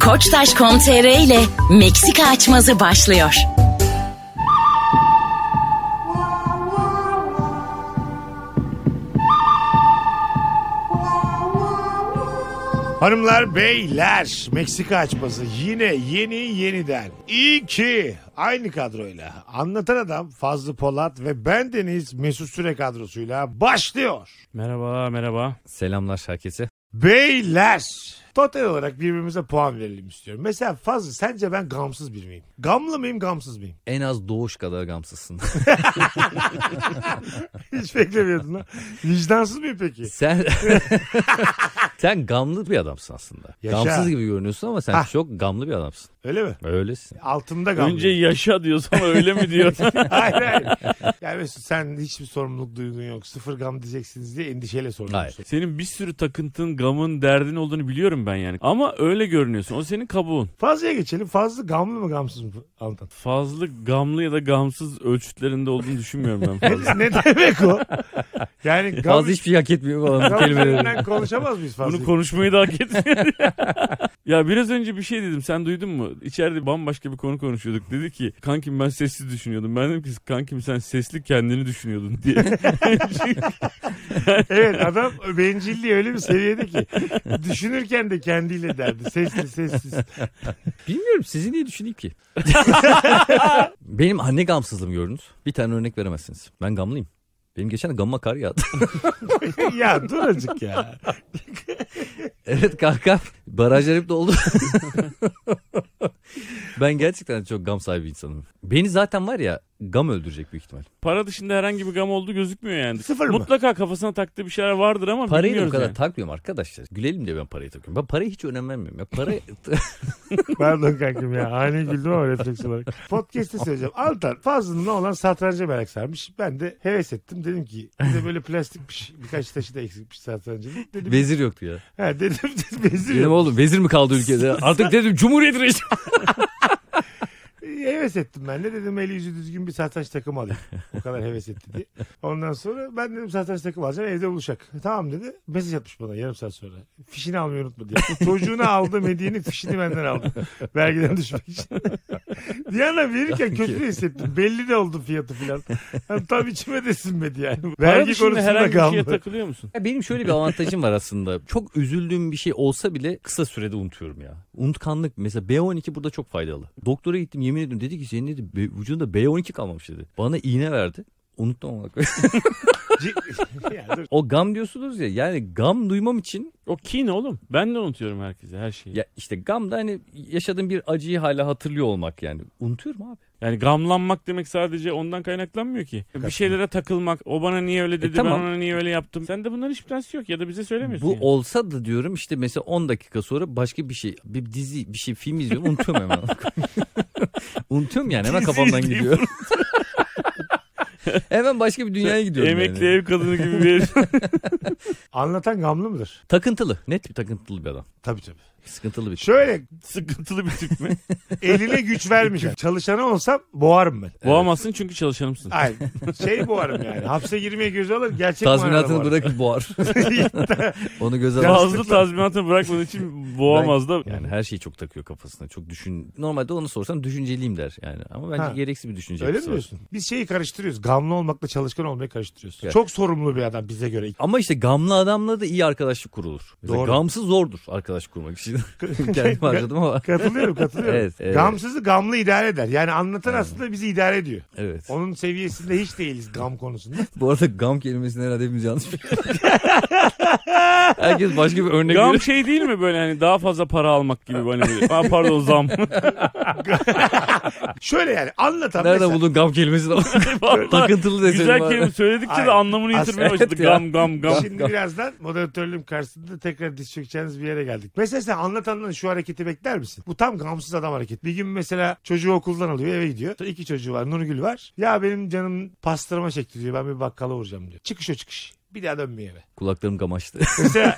Koçtaş.com.tr ile Meksika açmazı başlıyor. Hanımlar, beyler, Meksika açması yine yeni yeniden. İyi ki aynı kadroyla. Anlatan adam Fazlı Polat ve ben Deniz Mesut Süre kadrosuyla başlıyor. Merhaba merhaba. Selamlar herkese. Beyler, total olarak birbirimize puan verelim istiyorum. Mesela Fazlı sence ben gamsız bir miyim? Gamlı mıyım, gamsız mıyım? En az doğuş kadar gamsızsın. Hiç beklemiyordun lan. Vicdansız mıyım peki? sen sen gamlı bir adamsın aslında. Yaşa. Gamsız gibi görünüyorsun ama sen Hah. çok gamlı bir adamsın. Öyle mi? Öylesin. Altımda gamlı. Önce yaşa diyor sonra öyle mi diyor. hayır hayır. Ya Mesut sen hiçbir sorumluluk duygun yok. Sıfır gam diyeceksiniz diye endişeyle sorumlusun. Hayır. senin bir sürü takıntın, gamın, derdin olduğunu biliyorum ben yani. Ama öyle görünüyorsun. O senin kabuğun. Fazlı'ya geçelim. Fazlı gamlı mı gamsız mı Altan? Fazla gamlı ya da gamsız ölçütlerinde olduğunu düşünmüyorum ben Ne, fazla. ne demek o? Yani gam, Fazla hiçbir şey hak etmiyor falan bu gam üzerinden kelimeleri. konuşamaz mıyız Fazlı? Bunu konuşmayı da hak etmiyor. ya biraz önce bir şey dedim sen duydun mu? İçeride bambaşka bir konu konuşuyorduk. Dedi ki kankim ben sessiz düşünüyordum. Ben dedim ki kankim sen sesli kendini düşünüyordun diye. evet adam bencilliği öyle bir seviyede ki düşünürken de kendiyle derdi. Sesli sessiz. Bilmiyorum sizi niye düşüneyim ki? Benim anne gamsızlığımı gördünüz. Bir tane örnek veremezsiniz. Ben gamlıyım. Benim geçen de gamma kar yağdı. ya dur acık ya. evet kanka barajlar hep doldu. ben gerçekten çok gam sahibi insanım. Beni zaten var ya gam öldürecek büyük ihtimal. Para dışında herhangi bir gam olduğu gözükmüyor yani. Sıfır mı? Mutlaka kafasına taktığı bir şeyler vardır ama Parayı da bu bilmiyoruz kadar yani. takmıyorum arkadaşlar. Gülelim diye ben parayı takıyorum. Ben parayı hiç önem vermiyorum. Ya para Pardon kankim ya. Ani güldüm ama refleks olarak. Podcast'te söyleyeceğim. Altan Fazlı'nın olan satranca merak sarmış. Ben de heves ettim. Dedim ki bize böyle plastik bir şey- birkaç taşı da eksikmiş satrancın. Dedim, vezir yoktu ya. ha, dedim, bezir Dedim yok. oğlum vezir mi kaldı ülkede? Artık dedim cumhuriyet reisi. Heves ettim ben de dedim eli yüzü düzgün bir satranç takımı alayım. O kadar heves etti diye. Ondan sonra ben dedim satranç takımı alacağım evde buluşak. E, Tamam dedi mesaj atmış bana yarım saat sonra. Fişini almayı unutma diye. Çocuğuna aldığım hediyenin fişini benden aldı. Vergiden düşmek için. Diana verirken kötü de hissettim. Belli de oldu fiyatı filan. Yani tam içime de sinmedi yani. Para Vergi dışında konusunda herhangi bir şeye kaldı. takılıyor musun? Ya benim şöyle bir avantajım var aslında. Çok üzüldüğüm bir şey olsa bile kısa sürede unutuyorum ya. Unutkanlık mesela B12 burada çok faydalı. Doktora gittim yemin ediyorum dedi ki senin dedi, be- vücudunda B12 kalmamış dedi. Bana iğne verdi. Unuttum ama. Ya dur. o gam diyorsunuz ya yani gam duymam için O kin oğlum. Ben de unutuyorum herkese her şeyi. ya işte gam da hani yaşadığım bir acıyı hala hatırlıyor olmak yani. Unutuyorum abi. Yani gamlanmak demek sadece ondan kaynaklanmıyor ki. Bir şeylere takılmak. O bana niye öyle dedi, E, tamam. ben ona niye öyle yaptım. Sen de bunların hiçbir tanesi yok ya da bize söylemiyorsun. Bu yani. olsa da diyorum işte mesela 10 dakika sonra başka bir şey bir dizi bir şey film izliyorum unutuyorum hemen. unutuyorum yani hemen Dizi kafamdan izleyip gidiyor. hemen başka bir dünyaya gidiyorum Emekli yani. ev kadını gibi bir Anlatan gamlı mıdır? Takıntılı net bir takıntılı bir adam. Tabii tabii. Sıkıntılı bir şey. Şöyle sıkıntılı bir tip mi? eline güç vermeyeceğim. Çalışanı olsam boğarım ben. Boğamazsın çünkü çalışanımsın. Ay şey boğarım yani. Hapse girmeye göz alır. Gerçek Tazminatını manada boğarım. bırakıp boğar. Onu göze Ya- alır. Fazla tazminatını bırakmadığı için boğamaz da. Yani her şeyi çok takıyor kafasına. Çok düşün. Normalde onu sorsam düşünceliyim der yani. Ama bence Ha. gereksiz bir düşünce. Öyle mi yapısı var. diyorsun? Biz şeyi karıştırıyoruz. Gamlı olmakla çalışkan olmayı karıştırıyoruz. Evet. Çok sorumlu bir adam bize göre. Ama işte gamlı adamla da iyi arkadaşlık kurulur. Mesela Doğru. gamsız zordur arkadaş kurmak için. Kendimi harcadım ama. Katılıyorum katılıyorum. Evet, evet. Gamsızı gamlı idare eder. Yani anlatan aslında bizi idare ediyor. Evet. Onun seviyesinde hiç değiliz gam konusunda. Bu arada gam kelimesini herhalde hepimiz yanlış biliyoruz. Herkes başka bir örnek Gam veriyor. şey değil mi böyle hani daha fazla para almak gibi hani böyle. Aa, pardon zam. Şöyle yani anlatan Nereden mesela. buldun gam kelimesini? Vallahi Takıntılı deseydin Güzel bari. kelime söyledikçe Hayır. de anlamını Aslında- yitirmeye başladı. Evet ya. Gam gam gam. Şimdi birazdan moderatörlüğüm karşısında tekrar diz çökeceğiniz bir yere geldik. Mesela sen anlatandan şu hareketi bekler misin? Bu tam gamsız adam hareketi. Bir gün mesela çocuğu okuldan alıyor eve gidiyor. İki çocuğu var Nurgül var. Ya benim canım pastırma çekti diyor ben bir bakkala vuracağım diyor. Çıkış o çıkış. Bir daha dönmüyor eve. Kulaklarım gamaştı. Mesela,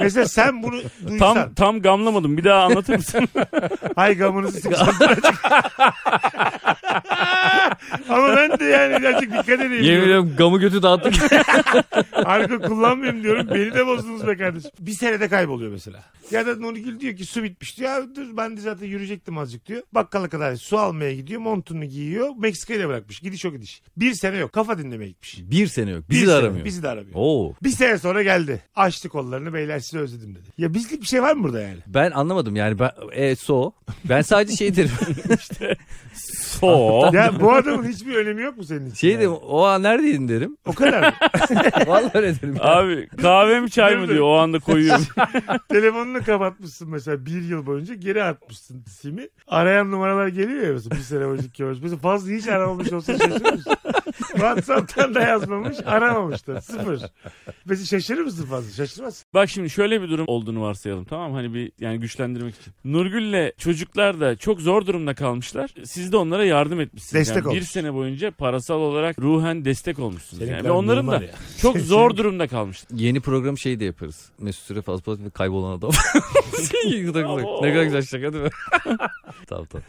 mesela sen bunu duysan. Tam tam gamlamadım. Bir daha anlatır mısın? Hay gamınızı sıkacağım. Ama ben de yani birazcık dikkat edeyim. Yemin diyorum. ediyorum gamı götü dağıttık. Alkol kullanmayayım diyorum. Beni de bozdunuz be kardeşim. Bir senede kayboluyor mesela. Ya da Nurgül diyor ki su bitmiş diyor. Ya dur ben de zaten yürüyecektim azıcık diyor. Bakkala kadar su almaya gidiyor. Montunu giyiyor. Meksika'yla bırakmış. Gidiş o gidiş. Bir sene yok. Kafa dinlemeye gitmiş. bir sene yok. Bir Bizi de sene, aramıyor. Bizi de aramıyor. Oo. Bir sene sonra geldi. Açtı kollarını beyler sizi özledim dedi. Ya bizlik bir şey var mı burada yani? Ben anlamadım yani ben e, so ben sadece şey derim. So. Ya bu adamın hiçbir önemi yok mu senin için? şey yani? derim o an neredeydin derim. O kadar mı? Vallahi öyle derim. Abi kahve mi çay mı diyor o anda koyuyorum. Telefonunu kapatmışsın mesela bir yıl boyunca geri atmışsın simi. Arayan numaralar geliyor ya mesela bir sene boyunca görmüş. Mesela fazla hiç aramamış olsa şaşırır mısın? Whatsapp'tan da yazmamış aramamış da sıfır. Mesela şaşırır mısın fazla? Şaşırmazsın. Bak şimdi şöyle bir durum olduğunu varsayalım tamam mı? Hani bir yani güçlendirmek için. Nurgül'le çocuklar da çok zor durumda kalmışlar. Siz de onlara yardım etmişsiniz. Destek yani bir olmuş. sene boyunca parasal olarak ruhen destek olmuşsunuz. Yani. Seninkiler Ve onların mimar da ya. çok zor durumda kalmışlar. Yeni program şey de yaparız. Mesut Süre fazla ve kaybolan adam. ne kadar güzel şaka değil mi? tamam tamam.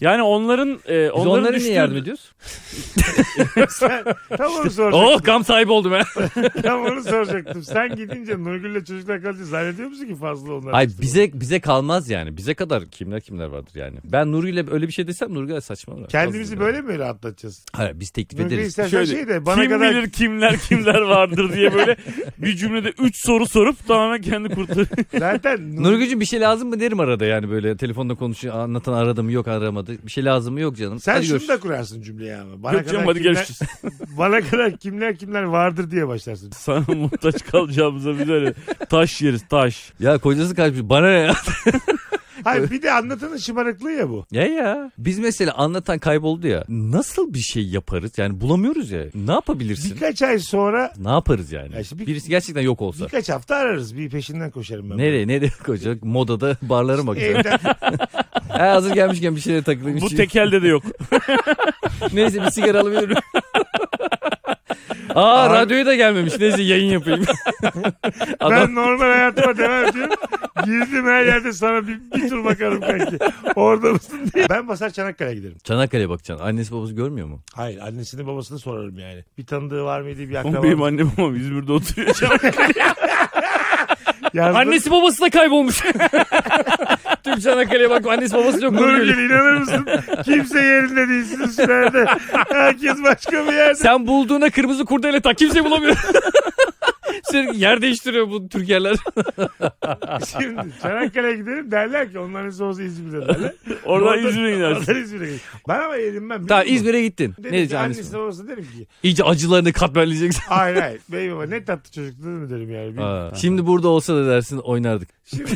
Yani onların e, Biz onların onlara düştüğü- niye yardım ediyoruz? Sen, tam onu soracaktım. Oh kam sahibi oldum ben. Tam onu soracaktım. Sen gidince Nurgül'le çocuklar kalınca zannediyor musun ki fazla onlar? Ay bize bize kalmaz yani. Bize kadar kimler kimler vardır yani. Ben Nuri ile öyle bir şey desem Nurgül saçmalar. Kendimizi böyle mi rahatlatacağız? Hayır biz teklif Nurgül ederiz. istersen Şöyle, şey de bana kim kadar bilir kimler kimler vardır diye böyle bir cümlede 3 soru sorup tamamen kendi kurtarıyor. zaten Nurgül Nurgül'cüğüm bir şey lazım mı derim arada yani böyle telefonda konuşuyor anlatan aradı mı yok aramadı bir şey lazım mı yok canım. Sen Hadi şunu görüşürüz. da kurarsın cümleyi ama. Bana Yok kadar canım hadi kimler, görüşürüz. bana kadar kimler kimler vardır diye başlarsın. Sana muhtaç kalacağımıza biz öyle taş yeriz taş. Ya kocası kaçmış bana ne ya. Hayır bir de anlatanın şımarıklığı ya bu. Ya ya. Biz mesela anlatan kayboldu ya. Nasıl bir şey yaparız? Yani bulamıyoruz ya. Ne yapabilirsin? Birkaç ay sonra Ne yaparız yani? Ya işte bir- Birisi gerçekten yok olsa. birkaç hafta ararız. Bir peşinden koşarım ben. Nereye nereye koyacak? Modada barlara mı bakacak? Evden Ha, hazır gelmişken bir şeylere takılayım. Bu tekelde de yok. Neyse bir sigara alabilirim. Aa Abi- radyoya da gelmemiş. Neyse yayın yapayım. Adam ben normal hayatıma devam ediyorum. Girdim her yerde sana bir, bir tur bakarım kanki. Orada mısın diye. Ben basar Çanakkale'ye giderim. Çanakkale'ye bakacaksın. Annesi babası görmüyor mu? Hayır annesini babasını sorarım yani. Bir tanıdığı var mıydı bir Ama akraba. benim annem babam İzmir'de oturuyor. Yazdım. babası da kaybolmuş. Tüm Çanakkale'ye bak annesi babası yok. Nurgül inanır mısın? Kimse yerinde değilsiniz şu yerde. Herkes başka bir yerde. Sen bulduğuna kırmızı kurdele tak kimse bulamıyor. Sürekli yer değiştiriyor bu Türkerler. Şimdi Çanakkale'ye gidelim derler ki onların sonrası İzmir'de derler. Oradan İzmir'e inersin. Oradan İzmir'e gidelim. Ben ama yedim ben. Tamam İzmir'e gittin. Ne ne diyeceksin annesi? annesi babası derim ki. İyice acılarını katmerleyeceksin. Hayır hayır. Bey baba ne tatlı çocuktu değil mi derim yani. Bir- Aa, Şimdi burada olsa da dersin oynardık. Şimdi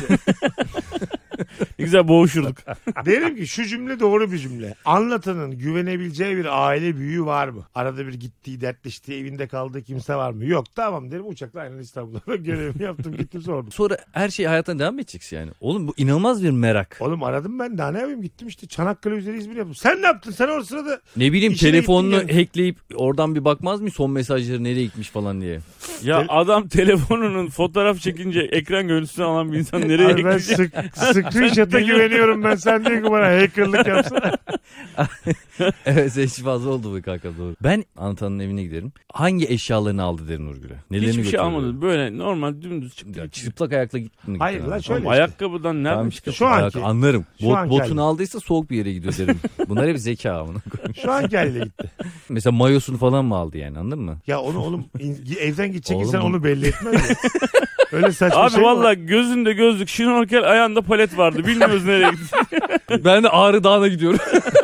Ne güzel boğuşurduk. derim ki şu cümle doğru bir cümle. Anlatanın güvenebileceği bir aile büyüğü var mı? Arada bir gittiği, dertleştiği, evinde kaldığı kimse var mı? Yok tamam derim uçakla aynen İstanbul'a görevimi yaptım gittim sordum. Sonra her şey hayatına devam edeceksin yani. Oğlum bu inanılmaz bir merak. Oğlum aradım ben daha ne yapayım gittim işte Çanakkale üzeri İzmir yaptım. Sen ne yaptın sen o sırada? Ne bileyim İşine telefonunu gittin hackleyip oradan bir bakmaz mı son mesajları nereye gitmiş falan diye. Ya adam telefonunun fotoğraf çekince ekran görüntüsünü alan bir insan nereye Abi ben ekleyecek? sık, screenshot'a güveniyorum ben sen diyor ki bana hackerlık yapsana. evet seç fazla oldu bu kanka doğru. Ben Antan'ın evine giderim. Hangi eşyalarını aldı derim Nurgül'e. Nelerini Hiçbir şey götürdü? almadı. Böyle normal dümdüz çıktı. Ya, çıplak ayakla gittin. Hayır gittin lan abi. şöyle. Tamam, işte. Ayakkabıdan nereden Tamam, çıktı? çıplak Şu ayak anki. anlarım. Şu Bot- anki botunu hali. aldıysa soğuk bir yere gidiyor derim. Bunlar hep zeka amına koyayım. Şu anki haliyle gitti. Mesela mayosunu falan mı aldı yani anladın mı? Ya onu oğlum in- evden gidecek Oğlum. insan onu belli etmez mi? Öyle saçma Abi şey mi var? valla gözünde gözlük, şnorkel, ayağında palet vardı. Bilmiyoruz nereye gitti. ben de Ağrı Dağı'na gidiyorum.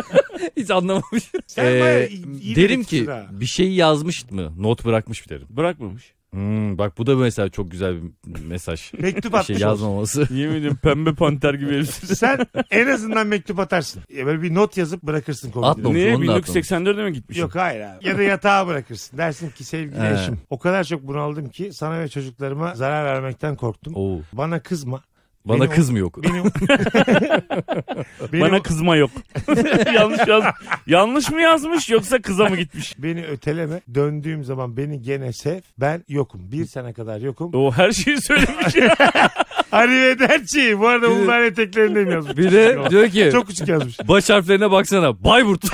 Hiç anlamamış. Sen Ee, bayağı iyi- iyi derim ki dedektifsin ha. bir şey yazmış mı? Not bırakmış bir derim. Bırakmamış. Hmm, bak bu da mesela çok güzel bir mesaj. mektup bir atmış şey olsun. yazmaması. Yemin ediyorum pembe panter gibi herifsin. Sen en azından mektup atarsın. Ya böyle bir not yazıp bırakırsın Atma. komedine. Onu da Niye? atmamış. 1984'e mi gitmiş? Yok hayır abi. Ya da yatağa bırakırsın. Dersin ki sevgili He. eşim o kadar çok bunaldım ki sana ve çocuklarıma zarar vermekten korktum. Oo. Bana kızma. Bana Benim- kız mı yok? Benim, benim, Bana kızma yok. yanlış yaz, yanlış mı yazmış yoksa kıza mı gitmiş? beni öteleme. Döndüğüm zaman beni gene sev. Ben yokum. Bir sene kadar yokum. O her şeyi söylemiş. Arrivederci. Bu arada bunlar eteklerindeyim yazmış. Bir de diyor ki Çok küçük yazmış. baş harflerine baksana. Bayburt.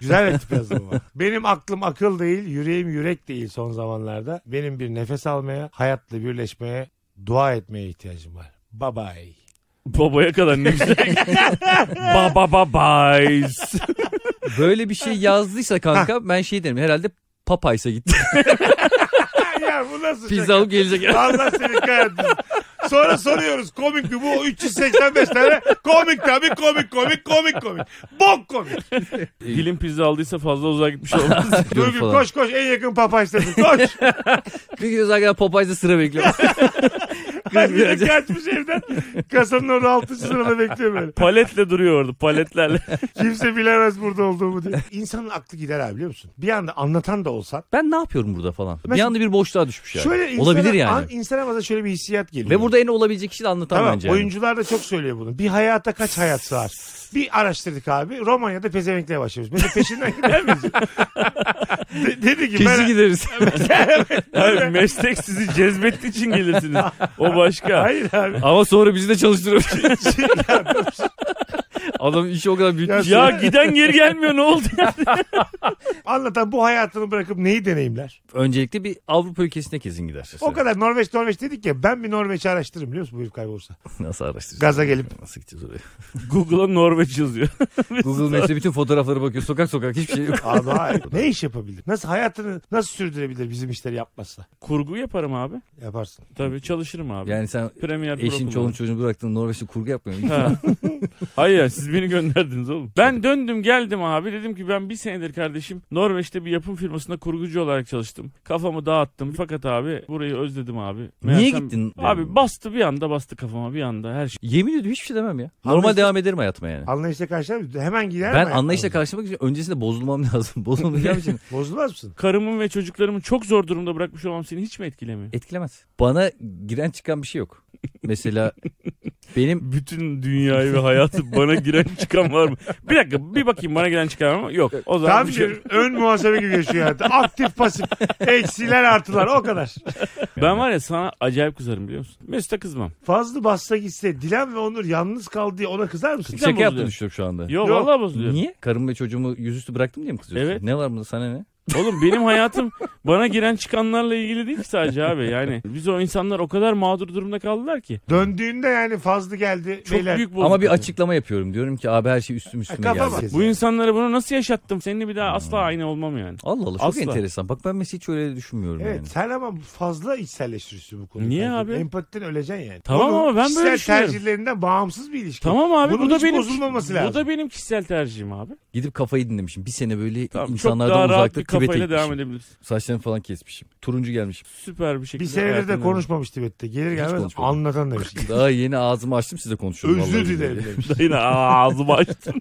Güzel bir tip yazdım ama. Benim aklım akıl değil, yüreğim yürek değil son zamanlarda. Benim bir nefes almaya, hayatla birleşmeye, dua etmeye ihtiyacım var. Bye bye. Babaya kadar ne güzel. ba ba ba bays. Böyle bir şey yazdıysa kanka ben şey derim herhalde Papaysa gitti. ya bu nasıl şey? Pizza alıp gelecek. Allah seni kahretsin. Sonra soruyoruz komik mi bu 385 tane komik tabii komik komik komik komik. Bok komik. Dilim pizza aldıysa fazla uzağa gitmiş olmaz. Diyorum Duygu falan. koş koş en yakın papa istedim koş. Bir gün zaten Popeyes'e sıra bekliyor. Bir de kaçmış evden kasanın orada 6. sırada bekliyor böyle. Paletle duruyor orada paletlerle. Kimse bilemez burada olduğumu diye. İnsanın aklı gider abi biliyor musun? Bir anda anlatan da olsan. ben ne yapıyorum burada falan. Bir Mesela- anda bir boşluğa düşmüş yani. Şöyle insana, Olabilir yani. an- insana bazen şöyle bir hissiyat geliyor. Ve burada en olabilecek kişi de anlatan Tamam bence. yani. oyuncular da çok söylüyor bunu. Bir hayata kaç hayat sığar? Bir araştırdık abi. Romanya'da pezevenkliğe başlamış. Mesela peşinden gider miyiz? De- dedi ki Kesin ben... gideriz. Abi meslek sizi cezbettiği için gelirsiniz. O başka. Hayır abi. Ama sonra bizi de çalıştırıyor. Ya, Adam işi o kadar şey- büyütmüş. Ya- Ya giden geri gelmiyor ne oldu ya? anlatan bu hayatını bırakıp neyi deneyimler? Öncelikle bir Avrupa ülkesine kesin gider. O kadar Norveç Norveç dedik ya ben bir Norveç'i araştırırım biliyor musun bu herif kaybolursa. Nasıl araştıracağız? Gaza gelip. Nasıl gideceğiz oraya? Google'a Norveç yazıyor. Google Maps'te bütün fotoğraflara bakıyor. Sokak sokak hiçbir şey yok. Abi hayır. ne iş yapabilir? Nasıl hayatını nasıl sürdürebilir bizim işleri yapmazsa? Kurgu yaparım abi. Yaparsın. Tabii çalışırım abi. Yani sen Premier Pro eşin kullanırım. çolun çocuğunu bıraktın Norveç'te kurgu yapmıyor musun? Ha. Hayır ya, siz beni gönderdiniz oğlum. Ben döndüm geldim abi dedim ki ben bir senedir kardeşim Norveç'te bir yapım firmasında kurgucu olarak çalıştım. Kafamı dağıttım fakat abi burayı özledim abi. Niye Meğersem- gittin? Abi bastı bir anda bastı kafama bir anda her şey. Yemin ediyorum hiçbir şey demem ya. Normal Anlayışla- devam ederim hayatıma yani. Anlayışla karşılar mısın? Hemen gider mi Ben hayattan? anlayışla karşılamak için öncesinde bozulmam lazım. Bozulmayacağım için Bozulmaz mısın? Karımın ve çocuklarımın çok zor durumda bırakmış olmam seni hiç mi etkilemiyor? etkilemez. Bana giren çıkan bir şey yok. Mesela benim Bütün dünyayı ve hayatı bana giren çıkan var mı? Bir dakika bir bakayım bana giren çıkan var mı? Yok. O zaman Tam bir şey- bir ön muhasebe gibi yaşıyor hayatı. Aktif pasif. Eksiler artılar o kadar. Ben var ya sana acayip kızarım biliyor musun? Mesut'a kızmam. Fazla bassa gitse Dilan ve Onur yalnız kaldı diye ona kızar mısın? Cidden şaka yaptığını bozuluyor. düşünüyorum şu anda. Yo, Yok. vallahi bozuluyor. Niye? Karım ve çocuğumu yüzüstü bıraktım diye mi kızıyorsun? Evet. Ne var bunda sana ne? Oğlum benim hayatım bana giren çıkanlarla ilgili değil ki sadece abi. Yani biz o insanlar o kadar mağdur durumda kaldılar ki. Döndüğünde yani Fazlı geldi. Çok beyler. büyük bozukluk. Ama bir açıklama yapıyorum. Diyorum ki abi her şey üstüm üstüme Kafama. geldi. Bu insanlara bunu nasıl yaşattım? Seninle bir daha asla aynı olmam yani. Allah Allah çok Asla. enteresan. Bak ben mesela hiç öyle düşünmüyorum Evet yani. sen ama fazla içselleştiriyorsun bu konuyu. Niye Kanka. abi? Empatiden öleceksin yani. Tamam ama ben böyle kişisel düşünüyorum. tercihlerinden bağımsız bir ilişki. Tamam abi Bunun bu da hiç benim bozulmaması Bu lazım. da benim kişisel tercihim abi. Gidip kafayı dinlemişim. Bir sene böyle Tamam, çok insanlardan daha rahat uzakta bir Tibet'e kafayla gitmişim. devam edebiliriz. Saçlarımı falan kesmişim. Turuncu gelmişim. Süper bir Bir şekilde. senedir de hayatını- konuşmamış Tibet'te. Gelir gelmez konuşmadım. anlatan demiş. Daha yeni ağzımı açtım size konuşuyorum. Özür vallahi dilerim billahi. demiş. Yine ağzımı açtım.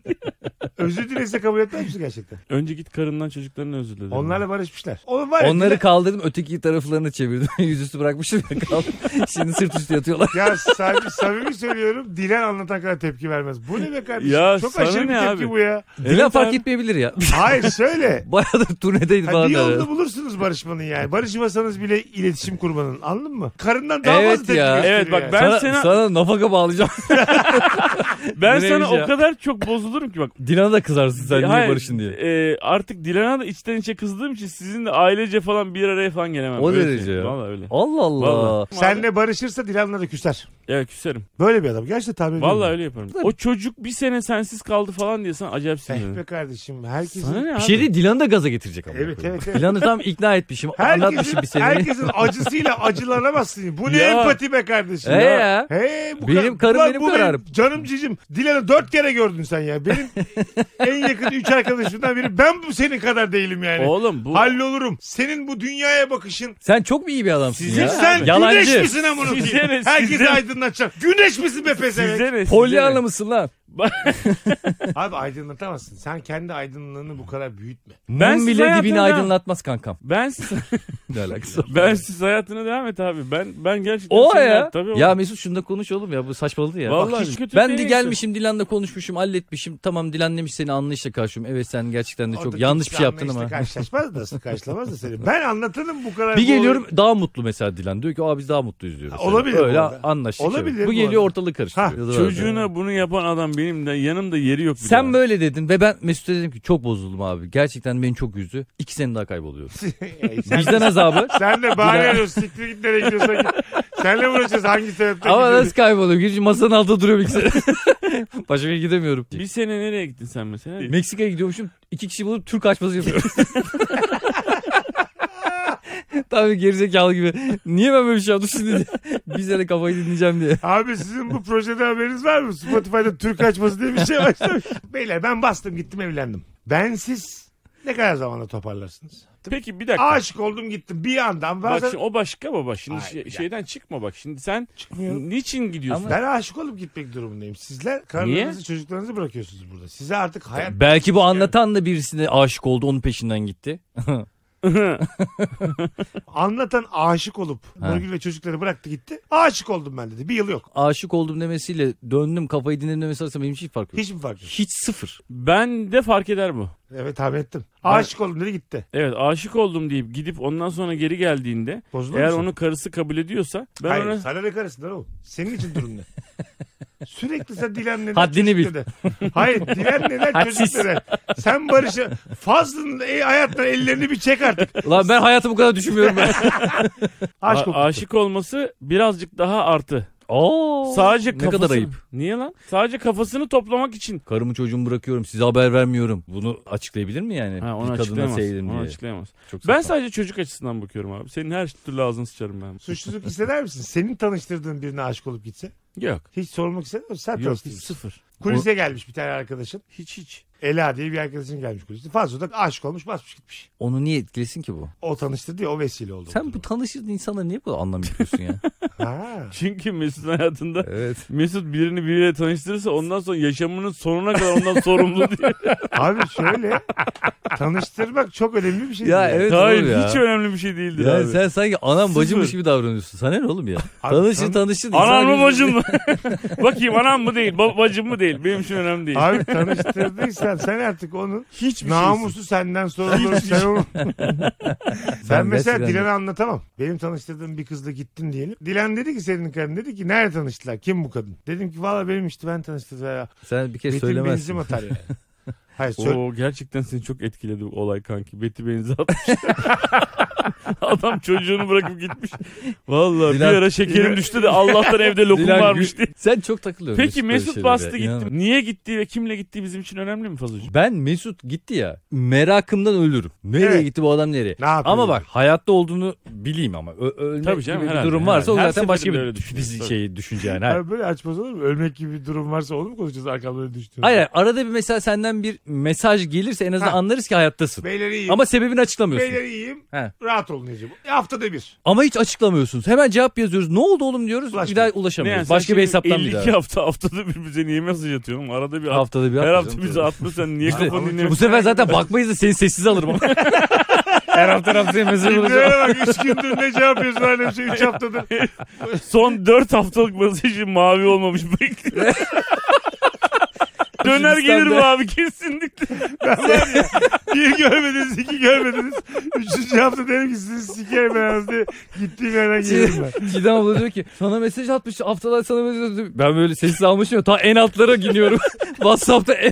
Özür dilese kabul etmez misin gerçekten? Önce git karından çocuklarına özür dilerim. Onlarla barışmışlar. Oğlum var ya, Onları kaldırdım öteki taraflarını çevirdim. Yüzüstü bırakmışım. ya, kaldı. Şimdi sırt üstü yatıyorlar. Ya samimi, samimi söylüyorum Dilan anlatan kadar tepki vermez. Bu ne be kardeşim? Ya Çok sana aşırı bir ne tepki abi? bu ya. Evet Dilan fark abi. etmeyebilir ya. Hayır söyle. Bayağıdır turnedeydi Ha, falan. bir da. yolunu bulursunuz barışmanın yani. Barışmasanız bile iletişim kurmanın. Anladın mı? Karından daha Evet fazla tepki ya. gösteriyor Evet, bak yani. ben- sana, sana- sana nafaka bağlayacağım. Ben Bu sana neymiş ya? o kadar çok bozulurum ki bak. Dilan'a da kızarsın sen niye Hayır, barışın diye. e, artık Dilan'a da içten içe kızdığım için sizinle ailece falan bir araya falan gelemem. O Öyle derece söyleyeyim. ya. Vallahi öyle. Allah Allah. Vallahi. Senle barışırsa Dilan'la da küser. Ya küserim. Böyle bir adam. Gerçekten tahmin ediyorum. Vallahi öyle yaparım. O çocuk bir sene sensiz kaldı falan diye sana acayip Eh be sinirlenirim. kardeşim. Herkesin... Sana ne Bir abi? şey değil Dilan'ı da gaza getirecek ama. Evet, evet, evet. Dilan'ı tam ikna etmişim. Herkesin, anlatmışım bir seni. herkesin acısıyla acılanamazsın. Bu ne Ya. empati be kardeşim. Ee ya. ya. Hey, bu Benim kar- karım Ulan benim bu kararım. canım cicim. Dilan'ı dört kere gördün sen ya. Benim en yakın üç arkadaşımdan biri. Ben bu senin kadar değilim yani. Oğlum bu Hallolurum. Senin bu dünyaya bakışın. Sen çok mu iyi bir adamsın Sizin ya? Sen Yalancı. güneş misin amına koyayım? Size ne, Herkesi size- aydınlatacak. Güneş misin be pezevenk? size ne? size Pollyanna ne? mısın lan? Abi aydınlatamazsın. Sen kendi aydınlığını bu kadar büyütme. Ben siz Mum bile dibini hayatımda- aydınlatmaz kankam. Ben siz, Ne alakası var? ben siz hayatına devam et abi. Ben ben gerçekten O senin ya. hayat- Tabii oğlum. ya Mesut şunu da konuş oğlum ya bu saçmaladı ya. Vallahi Bak, hiç kötü ben de değil. gelmişim Dilan'la konuşmuşum halletmişim. Tamam Dilan demiş seni anlayışla karşılıyorum. Evet sen gerçekten de çok Orada yanlış bir kimse şey yaptın anlayışla ama. Karşılaşmaz da karşılamaz da seni. Ben anlatırım bu kadar. Bir bu- geliyorum daha mutlu mesela Dilan. Diyor ki abi biz daha mutluyuz diyor. mesela. Olabilir bu Öyle arada. anlaştık. Olabilir şöyle. bu Bu geliyor arada. ortalığı Ha, karıştırıyor. Çocuğuna bunu yapan adam benim de yanımda yeri yok. bir daha. Sen böyle dedin ve ben Mesut'a dedim ki çok bozuldum abi. Gerçekten beni çok üzdü. İki sene daha kayboluyorum. Ey, sen, Vicdan azabı. sen de bahane arıyorsun. Siktir git nereye gidiyorsan git. Senle uğraşacağız hangi sebepten Ama gidiyoruz? nasıl kayboluyor? Gidince masanın altında duruyorum iki sene. Başka yere gidemiyorum. Bir sene nereye gittin sen mesela? Meksika'ya gidiyormuşum. İki kişi bulup Türk açması yapıyorum. Tam bir gerizekalı gibi. Niye ben böyle bir şey yaptım şimdi? bir sene kafayı dinleyeceğim diye. Abi sizin bu projede haberiniz var mı? Spotify'da Türk açması diye bir şey başlamış. Beyler ben bastım gittim evlendim. Bensiz ne kadar zamanda toparlarsınız? Peki bir dakika. Aşık oldum gittim bir yandan. Bak Bazen... şimdi o başka baba. Şimdi Ay, şey- ya. şeyden çıkma bak. Şimdi sen Çıkmıyorum. niçin gidiyorsun? Ben aşık olup gitmek durumundayım. Sizler karınlarınızı çocuklarınızı bırakıyorsunuz burada. Size artık hayat... Belki bu anlatan da birisine aşık oldu onun peşinden gitti. Anlatan aşık olup Ha. Nurgül ve çocukları bıraktı gitti. Aşık oldum ben dedi. Bir yıl yok. Aşık oldum demesiyle döndüm kafayı dinledim demesi arasında benim için hiç fark yok. Hiçbir fark yok. Hiç sıfır. Ben de fark eder bu. Evet tahmin ettim. Aşık oldum dedi gitti. Evet aşık oldum deyip gidip ondan sonra geri geldiğinde Bozulur eğer musun? onu karısı kabul ediyorsa ben Hayır ona sana ne karısın lan oğlum? Senin için durum ne? Sürekli sen dilen neden Haddini çocuk neden? Hayır dilen neden çocuk Hadsiz. neden? Sen Barış'ı fazlın e, hayattan ellerini bir çek artık. Ulan ben hayatı bu kadar düşünmüyorum ben. Aşk A- kokusu. aşık olması birazcık daha artı. Oo, Sadece ne kafasını... kadar ayıp. Niye lan? Sadece kafasını toplamak için. Karımı çocuğumu bırakıyorum size haber vermiyorum. Bunu açıklayabilir mi yani? Ha, bir onu kadına açıklayamaz. sevdim Onu diye. açıklayamaz. Çok Ben saçma. sadece çocuk açısından bakıyorum abi. Senin her türlü ağzını sıçarım ben. Suçluluk hisseder misin? Senin tanıştırdığın birine aşık olup gitse. Yok. Hiç sormak ister misin? Sen Yok tanıştırdın. sıfır. Kulise gelmiş bir tane arkadaşın. Hiç hiç. Ela diye bir arkadaşın gelmiş kulise. Fazla da aşık olmuş basmış gitmiş. Onu niye etkilesin ki bu? O tanıştırdı ya o vesile oldu. Sen bu tanışırdığın insanlara niye bu anlam yüklüyorsun ya? Ha. Çünkü Mesut'un hayatında evet. Mesut birini biriyle tanıştırırsa ondan sonra yaşamının sonuna kadar ondan sorumlu diye. Abi şöyle tanıştırmak çok önemli bir şey. Ya değil mi? evet Hayır oğlum ya. hiç önemli bir şey değildir Ya abi. sen sanki anam Sıfır. bacımmış gibi davranıyorsun. Sana ne oğlum ya? Abi tanışır tan- tanışır. Anam İnsan mı gibi- bacım mı? Bakayım anam mı değil, ba- bacım mı değil. Benim için önemli değil. Abi tanıştırdıysan sen artık onun Hiçbir namusu şey. senden sorulur. sen onu... ben Ben mesela gerçekten- Dilan'a anlatamam. Benim tanıştırdığım bir kızla gittim diyelim. Dilan dedi ki senin karın dedi ki nerede tanıştılar? Kim bu kadın? Dedim ki valla benim işte ben tanıştırdım. Ya. Sen bir kez Metin söylemezsin. benzin atar yani. Hayır söyle. Oo, gerçekten seni çok etkiledi bu olay kanki. Beti benzi atmış. Adam çocuğunu bırakıp gitmiş. Vallahi Dilan- bir ara şekerim düştü de Allah'tan evde lokum Dilan, varmış diye. Sen çok takılıyorsun. Peki böyle Mesut şeylere. bastı gitti. İnanamıyorum. Niye gitti ve kimle gitti bizim için önemli mi Fazucuğum? Ben Mesut gitti ya merakımdan ölürüm. Nereye Evet. gitti bu adam nereye? Ne yapıyor? Ama bak hayatta olduğunu bileyim ama ö- ölmek Tabii canım, gibi bir herhalde, durum varsa herhalde. Her o zaten başka seferinde öyle bir düşünüyoruz, bizi tabii. şey düşünce yani. Abi böyle açmaz olur mu? Ölmek gibi bir durum varsa onu mu konuşacağız arkamda düştüğünü? Hayır hayır, arada bir mesela senden bir mesaj gelirse en azından Ha. anlarız ki hayattasın. Beyler iyiyim. Ama sebebini açıklamıyorsun. Beyler iyiyim. He. Rahat olun diyeceğim. Haftada bir. Ama hiç açıklamıyorsunuz. Hemen cevap yazıyoruz. Ne oldu oğlum diyoruz. Bir Ulaşmıyor. daha Ne yani ulaşamıyoruz. sen Başka bir şimdi hesaptan bir 52 daha. hafta haftada bir bize niye mesaj atıyorsun? Arada bir at. Haftada Her bir atmayacağım hafta tabii. bize atmışsan niye İşte- kafanı dinlemiyorsun? Bu sefer zaten bakmayız da seni sessiz alırım. ama. Her hafta her hafta seni mesaj alacağım. Kimlere bak 3 gündür ne cevap yazıyorsun annem şey 3 haftadır. Son 4 haftalık mesajı mavi olmamış. Bekle. Döner gelir bu abi kesinlikle. Bir görmediniz, iki görmediniz. Üçüncü hafta derim ki sizi sikerim ben az diye. Gittiğim yerden gelirim ben. Çiğdem abla diyor ki sana mesaj atmış haftalar sana mesaj atmış. Ben böyle sessiz almışım ya ta en altlara giniyorum. Whatsapp'ta en...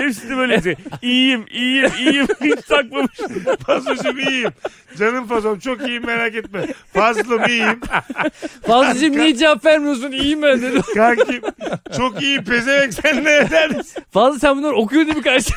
Hepsi de böyle şey. İyiyim, iyiyim, iyiyim. Hiç takmamış. Fazlacım iyiyim. Canım fazlam çok iyiyim merak etme. Fazlım iyiyim. Fazlıcığım niye cevap vermiyorsun iyiyim ben dedim. Kankim çok iyi pezevenk sen ne edersin? Fazlı sen bunları okuyor değil mi karşı?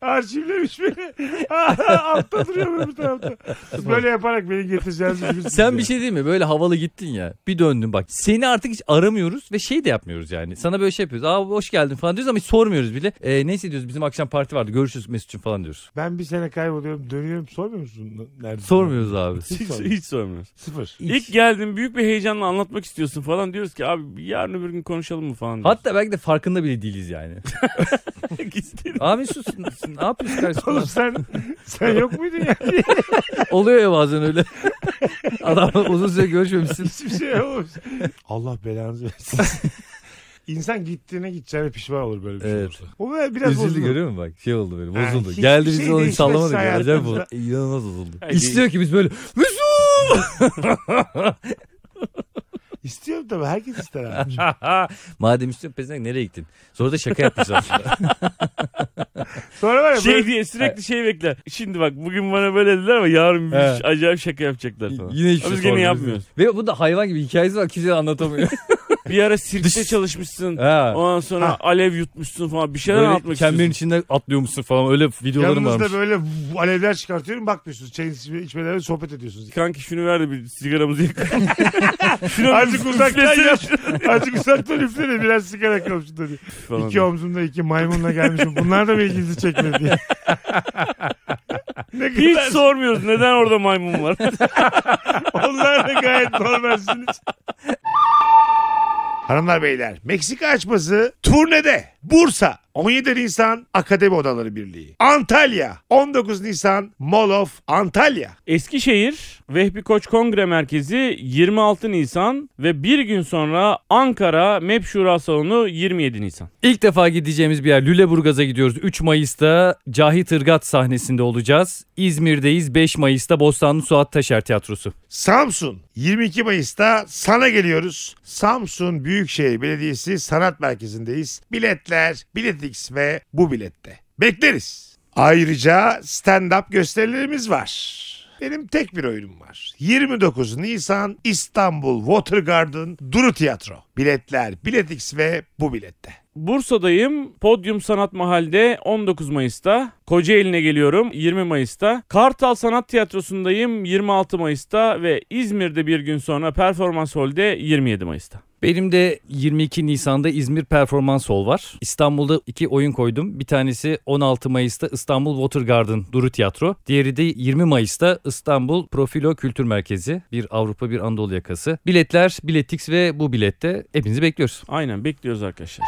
Arşivlemiş beni. Altta duruyor öbür tarafta. Siz Böyle yaparak beni getireceğinizi bilirsiniz. Sen bir ya. şey değil mi? Böyle havalı gittin ya. Bir döndün bak. Seni artık hiç aramıyoruz ve şey de yapmıyoruz yani. Sana böyle şey yapıyoruz. Aa hoş geldin falan diyoruz ama hiç sormuyoruz bile. Ee, neyse diyoruz bizim akşam parti vardı. Görüşürüz Mesut'cum falan diyoruz. Ben bir sene kayboluyorum dönüyorum sormuyor musun? Nerede? Sormuyoruz abi. Hiç, Hiç- hiç sormuyoruz. Sıfır. İlk geldin büyük bir heyecanla anlatmak istiyorsun falan diyoruz ki abi yarın öbür gün konuşalım mı falan. diyoruz. Hatta belki de farkında bile değiliz yani. Gittin. abi sus. Ne yapıyorsun kardeşim? Oğlum sen, sen yok muydun ya? Oluyor ya bazen öyle. Adamla uzun süre görüşmemişsin. Hiçbir şey olmuş. Allah belanızı versin. İnsan gittiğine gideceğine pişman olur böyle bir şey Evet. olursa. O böyle biraz Üzüldü bozulur. görüyor musun bak şey oldu böyle Ha, bozuldu. hiçbir Geldi şey biz onu değişmez sallamadık. ya, Acayip hayatımızda. bozuldu. İnanılmaz bozuldu. Hayır, İstiyor ki biz böyle Mesut! İstiyorum tabii herkes ister abi. Madem istiyorsun pezenek nereye gittin? Sonra da şaka yapmış aslında. Sonra var ya Şey böyle- diye sürekli şey bekler. Şimdi bak bugün bana böyle dediler ama yarın bir He. acayip şaka yapacaklar falan. yine hiçbir Ama şey biz gene sormuyoruz. yapmıyoruz. Ve bu da hayvan gibi hikayesi var kimse de anlatamıyor. Bir ara sirkte Dış- çalışmışsın. ha. Ondan sonra Ha. alev yutmuşsun falan bir şeyler Böyle anlatmak çemberin istiyorsun. içinde atlıyor musun falan öyle videolarım Yanınızda varmış. böyle vuv, alevler çıkartıyorum bakmıyorsunuz. Çayın içme- içmelerinde sohbet ediyorsunuz. Kanki şunu ver de bir sigaramızı yakalım. şunu bir Azıcık uzaktan üflesene yap. Azıcık uzaktan üflene biraz sigara kalmışım dedi. falan. İki omzumda iki maymunla gelmişim. Bunlar da bir ilginizi çekmedi diye. ne Hiç kadar sormuyoruz neden orada maymun var. onlar da gayet normalsiniz. Hanımlar beyler Meksika açması turnede Bursa 17 Nisan Akademi Odaları Birliği Antalya 19 Nisan Mall of Antalya Eskişehir Vehbi Koç Kongre Merkezi 26 Nisan ve bir gün sonra Ankara MEP Şura Salonu 27 Nisan. İlk defa gideceğimiz bir yer Lüleburgaz'a gidiyoruz. 3 Mayıs'ta Cahit Irgat sahnesinde olacağız. İzmir'deyiz 5 Mayıs'ta Bostanlı Suat Taşer Tiyatrosu. Samsun 22 Mayıs'ta sana geliyoruz. Samsun Büyükşehir Belediyesi Sanat Merkezi'ndeyiz. Biletler, Biletix ve bu bilette. Bekleriz. Ayrıca stand-up gösterilerimiz var. Benim tek bir oyunum var. 29 Nisan İstanbul Water Garden Duru Tiyatro. Biletler, Biletix ve bu bilette. Bursa'dayım. Podyum Sanat Mahal'de 19 Mayıs'ta. Kocaeli'ne geliyorum 20 Mayıs'ta. Kartal Sanat Tiyatrosu'ndayım 26 Mayıs'ta ve İzmir'de bir gün sonra Performans Hall'de 27 Mayıs'ta. Benim de 22 Nisan'da İzmir Performans Hall var. İstanbul'da iki oyun koydum. Bir tanesi 16 Mayıs'ta İstanbul Water Garden Duru Tiyatro. Diğeri de 20 Mayıs'ta İstanbul Profilo Kültür Merkezi. Bir Avrupa bir Anadolu yakası. Biletler, Biletix ve bu bilette hepinizi bekliyoruz. Aynen bekliyoruz arkadaşlar.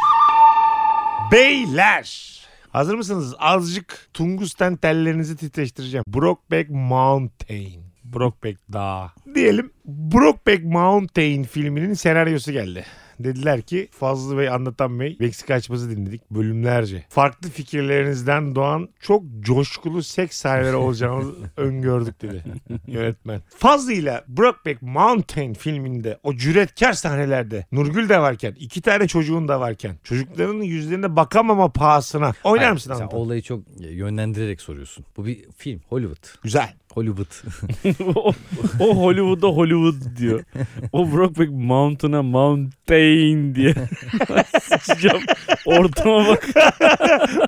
Beyler. Hazır mısınız? Azıcık tungusten tellerinizi titreştireceğim. Brokeback Mountain. Brokeback Dağ. Diyelim Brokeback Mountain filminin senaryosu geldi. Dediler ki Fazlı Bey anlatan Bey Meksika açması dinledik bölümlerce. Farklı fikirlerinizden doğan çok coşkulu seks sahneleri olacağını öngördük dedi yönetmen. Fazlı'yla Brokeback Mountain filminde o cüretkar sahnelerde Nurgül de varken iki tane çocuğun da varken çocukların yüzlerine bakamama pahasına oynar Hayır, mısın Sen anlatan? olayı çok yönlendirerek soruyorsun. Bu bir film, Hollywood. Güzel. Hollywood. o, o Hollywood'a Hollywood diyor. O Brokeback Mountain'a Mountain diye. Sıçacağım. Ortama bak.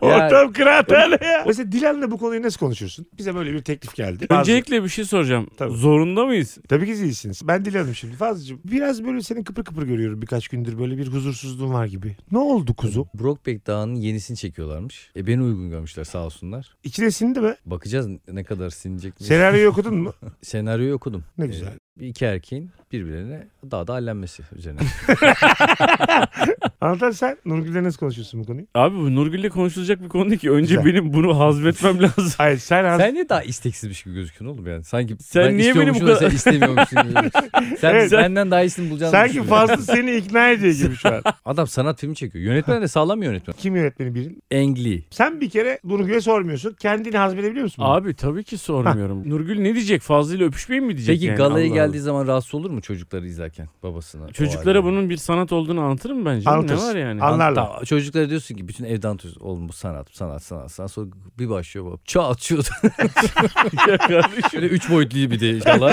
Ortam kıraathane ya. Mesela Dilan'la bu konuyu nasıl konuşursun? Bize böyle bir teklif geldi. Fazlı- Öncelikle bir şey soracağım. Tabii. Zorunda mıyız? Tabii ki değilsiniz. Ben Dilan'ım şimdi. Fazlıcığım biraz böyle seni kıpır kıpır görüyorum birkaç gündür. Böyle bir huzursuzluğun var gibi. Ne oldu kuzum? Brokeback Dağı'nın yenisini çekiyorlarmış. E beni uygun görmüşler sağ olsunlar. İçine sindi mi? Bakacağız ne kadar sinecek mi? Senaryoyu okudun mu? Senaryoyu okudum. Ne Ee, güzel. bir iki erkeğin birbirlerine daha da hallenmesi üzerine. Anlatan sen Nurgül'le nasıl konuşuyorsun bu konuyu? Abi bu Nurgül'le konuşulacak bir konu değil ki. Önce Güzel. benim bunu hazmetmem lazım. Hayır sen, sen niye daha isteksizmiş gibi gözüküyorsun oğlum yani? Sanki Sen ben niye beni bu istiyormuşum da kadar- sen istemiyormuşsun gibi. Sen Evet. benden daha iyisini bulacağını sanki düşünüyorsun. Fazlı seni ikna ediyor gibi şu an. Adam sanat filmi çekiyor. Yönetmen de sağlam bir yönetmen. Kim yönetmeni birin? Engli. Sen bir kere Nurgül'e sormuyorsun. Kendini hazmedebiliyor musun? bunu? Abi tabii ki sormuyorum. Nurgül ne diyecek? Fazlıyla öpüşmeyin mi diyecek? Peki yani? galaya Allah geldiği zaman rahatsız olur mu çocukları izlerken babasına? Çocuklara O halde? bunun bir sanat olduğunu anlatırım bence. Ne Anlatırsın. var yani? An- Anlarlar. Hatta çocuklara diyorsun ki bütün evden tuz oğlum bu sanat sanat sanat sanat sonra bir başlıyor baba çat çut. Şöyle üç boyutlu bir de inşallah.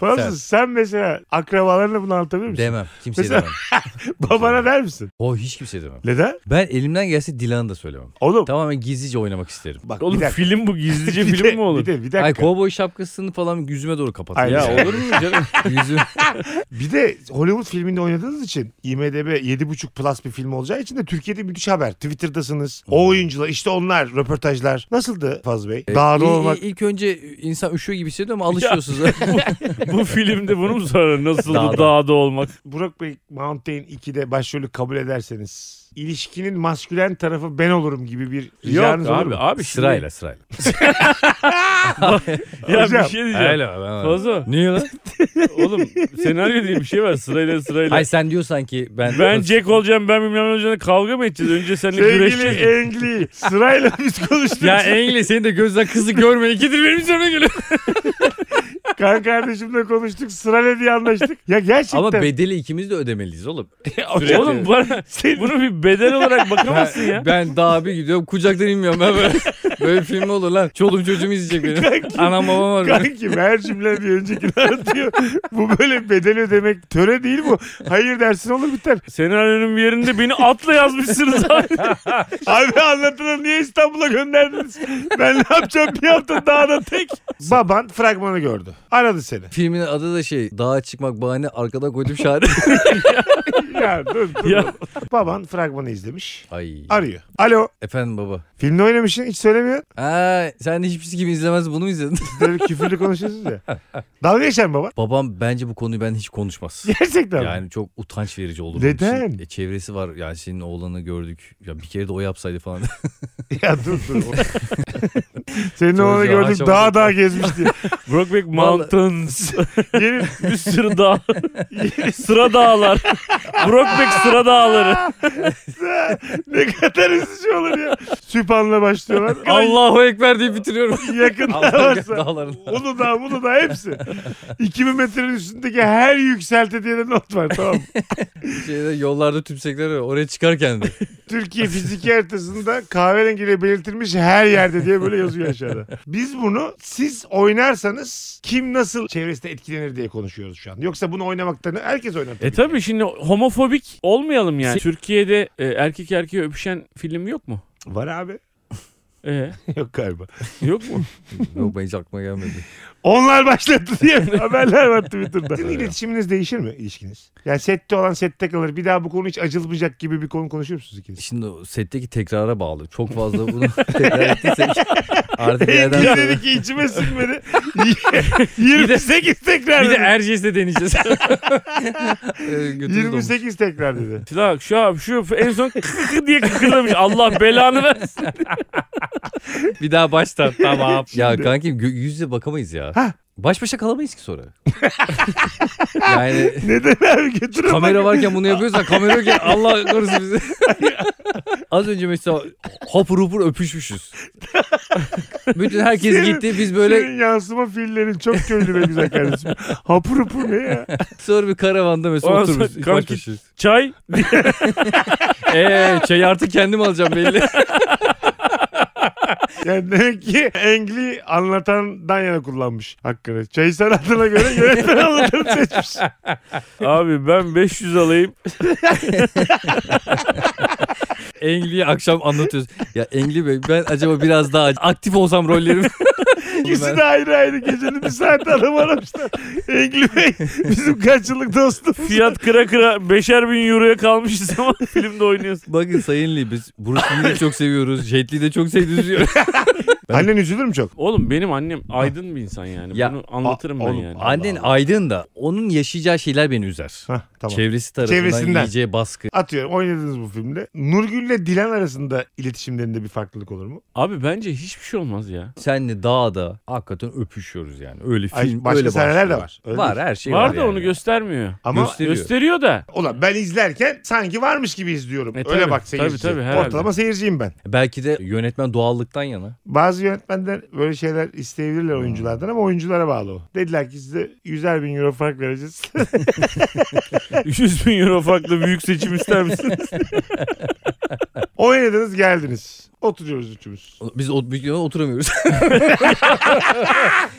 Fransız sen mesela akrabalarına bunu anlatabilir misin? demem. Kimseye Mesela- demem. Babana der misin? O hiç kimseye demem. Neden? Ben elimden gelse Dilan'ı da söylemem. Oğlum. Tamamen gizlice oynamak isterim. Bak, Oğlum bir dakika. film bu gizlice Bir film de- mi olur? Bir, de, bir Ay dakika. kovboy şapkasını falan yüzüme doğru kapatır. Aynen. Ya olur mu canım? Yüzüm. Bir de Hollywood filminde oynadığınız için IMDB 7.5 plus bir film olacağı için de Türkiye'de müthiş haber. Twitter'dasınız. Hmm. O oyuncular işte onlar röportajlar. Nasıldı Faz E, Bey? Dağda İl- olmak. il- İlk önce insan üşüyor gibi hissediyor ama alışıyorsunuz. Bu filmde bunu mu sorar? Nasıldı Dağda. dağda, olmak? Burak Bey Mountain 2'de başrolü kabul ederseniz ilişkinin maskülen tarafı ben olurum gibi bir ricanız Yok olur abi mu? abi şimdi- sırayla sırayla. Ya Hocam, bir şey diyeceğim. Öyle ben- Fazla. Niye lan? Oğlum senaryo diye bir şey var sırayla sırayla. Hayır sen diyor sanki ben. ben Jack olacağım ben bilmem ne olacağını kavga mı edeceğiz? Önce seninle Sevgili güreşeceğiz. Engli sırayla biz konuştuk. Ya Engin senin de gözden kızı görmeye gidir benim üzerime geliyor. Kan kardeşimle konuştuk sırayla diye anlaştık. Ya gerçekten. Ama bedeli ikimiz de ödemeliyiz oğlum. Hocam, Oğlum bana, Senin- bunu bir bedel olarak bakamazsın ya. Ben, ben daha bir gidiyorum kucaktan inmiyorum ben böyle. Böyle film mi olur lan? Çoluğum çocuğum izleyecek beni. Anam babam var. benim. Kanki her cümle bir öncekini anlatıyor. bu böyle bedel ödemek töre değil bu. Hayır dersin olur biter. Senaryonun bir yerinde beni atla yazmışsınız abi. Abi anlatılır niye İstanbul'a gönderdiniz? Ben ne yapacağım bir hafta dağda tek. Baban fragmanı gördü. Aradı seni. Filmin adı da şey dağa çıkmak bahane arkada koydum şahane. Ya dur dur. Ya. Baban fragmanı izlemiş. Ay. Arıyor. Alo. Efendim baba. Filmde oynamışsın hiç söylemiyor. Ha, sen de hiçbirisi gibi izlemez bunu mu izledin? Böyle küfürlü konuşuyorsunuz ya. Dalga geçer mi baba. Babam bence bu konuyu ben hiç konuşmaz. Gerçekten. mi? Yani çok utanç verici olur. Neden? E, çevresi var yani senin oğlanı gördük. Ya bir kere de o yapsaydı falan. Ya dur dur. Senin Çocuğa onu gördük aşamadık. daha daha gezmiş diye. Brokeback Mountains. Yeni bir sürü dağ. sıra dağlar. Brokeback sıra dağları. ne kadar üzücü olur ya. Süphan'la başlıyorlar. Allahu Ekber diye bitiriyorum. Yakında varsa. Dağlarında. Uludağ, Uludağ hepsi. 2000 metrenin üstündeki her yükselti diye de not var tamam mı? Şeyde, yollarda tümsekler var. Oraya çıkarken de. Türkiye fiziki haritasında kahverengiyle belirtilmiş her yerde diye böyle yazıyor aşağıda. Biz bunu siz oynarsanız kim nasıl çevresinde etkilenir diye konuşuyoruz şu an. Yoksa bunu oynamaktan herkes oynar. E tabii şimdi homofobik olmayalım yani. Türkiye'de e, erkek erkeğe öpüşen film yok mu? Var abi. E, Yok galiba. yok mu? Yok ben hiç aklıma gelmedi. Onlar başlattı diye haberler var Twitter'da. Sizin iletişiminiz değişir mi ilişkiniz? Yani sette olan sette kalır. Bir daha bu konu hiç acılmayacak gibi bir konu konuşuyor musunuz ikiniz? Şimdi o setteki tekrara bağlı. Çok fazla bunu tekrar ettiysek artık yerden Engin sonra. dedi ki içime sinmedi. 28 tekrar Bir de dedi. Erciyes'te deneyeceğiz. Ee, götümüz 28 tekrar dedi. Bak şu abi şu en son kıkı diye kıkırdamış. Allah belanı versin. olmuş. Bir daha baştan tamam. ya kankim gö- yüz yüze bakamayız ya. Baş başa kalamayız ki sonra. yani Neden abi götürün kamera varken bunu yapıyorsan kamera yokken Allah korusun bizi. Az önce mesela hapur hupur öpüşmüşüz. Bütün herkes gitti biz böyle Senin yansıma fillerin çok köylü ve güzel kardeşim. Hapur hapur ne ya? sonra bir karavanda mesela Ondan sonra oturmuşuz. baş kanki- başayız. Çay. Eee çayı artık kendim alacağım belli. Yani demek ki Engli anlatandan yana kullanmış hakkını. Çay sanatına göre yönetmen anlatanı seçmiş. Abi ben 500 alayım. Engli'yi akşam anlatıyoruz. Ya Engli Bey ben acaba biraz daha aktif olsam rollerim. İkisi de ayrı ayrı gecenin bir saat adam aramışlar. Engli Bey bizim kaç yıllık dostum. Fiyat kıra kıra beşer bin euroya kalmışız ama filmde oynuyorsun. Bakın Sayın Lee biz Bruce Lee'yi de çok seviyoruz. Jet Li'yi de çok seviyoruz. Annen üzülür mü çok? Oğlum benim annem aydın bir insan yani. Ya, Bunu anlatırım a- ben oğlum, yani. Annen aydın da onun yaşayacağı şeyler beni üzer. Hah, tamam. Çevresi tarafından Çevresinden. yiyeceği baskı. Atıyorum oynadınız bu filmde. Nurgül'le Dilan arasında iletişimlerinde bir farklılık olur mu? Abi bence hiçbir şey olmaz ya. Senle dağda hakikaten öpüşüyoruz yani. Öyle Ay, film, başka öyle sahneler de başlıyor. var. Öyle var değil. her şey var. Var da yani. onu göstermiyor. Ama Gösteriyor. Gösteriyor da. ulan ben izlerken sanki varmış gibi izliyorum. E, Öyle tabii. bak Tabii, seyirci. tabii, herhalde. Ortalama seyirciyim ben. Belki de yönetmen doğallıktan yana. Bazı Bazı yönetmenler böyle şeyler isteyebilirler oyunculardan ama oyunculara bağlı o. Dediler ki size 100'er bin euro fark vereceğiz. 100 bin euro farklı büyük seçim ister misin? Oynadınız geldiniz. Oturuyoruz üçümüz. Biz o büyük ihtimalle oturamıyoruz.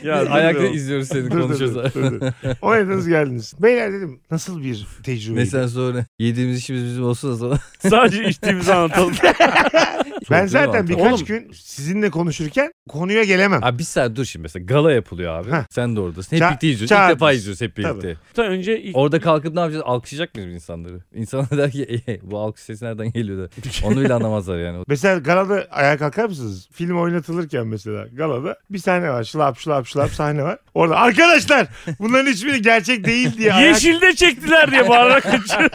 ya, dur Ayakta be. izliyoruz Dur, seni dur, konuşuyoruz. dur, dur, dur. Oynadınız geldiniz. Beyler dedim nasıl bir tecrübe? Mesela sonra yediğimiz işimiz bizim olsun o zaman. Sadece içtiğimizi anlatalım. ben Sorduğun zaten mantık. birkaç Oğlum- gün sizinle konuşurken konuya gelemem. Abi bir saat dur şimdi mesela gala yapılıyor abi. Heh. Sen de oradasın. Hep Ça- birlikte izliyoruz. İlk çağırdı. defa izliyoruz hep birlikte. Hatta önce ilk Orada kalkıp ne yapacağız? Alkışlayacak mıyız insanları? İnsanlar der ki "E, bu alkış sesi nereden geliyor da. Onu bile anlamazlar yani. Mesela galada ayağa kalkar mısınız? Film oynatılırken mesela galada bir sahne var. Şılap şılap şılap sahne var. Orada arkadaşlar bunların hiçbiri gerçek değil diye. ayağa- yeşilde çektiler diye bağırarak kaçıyor.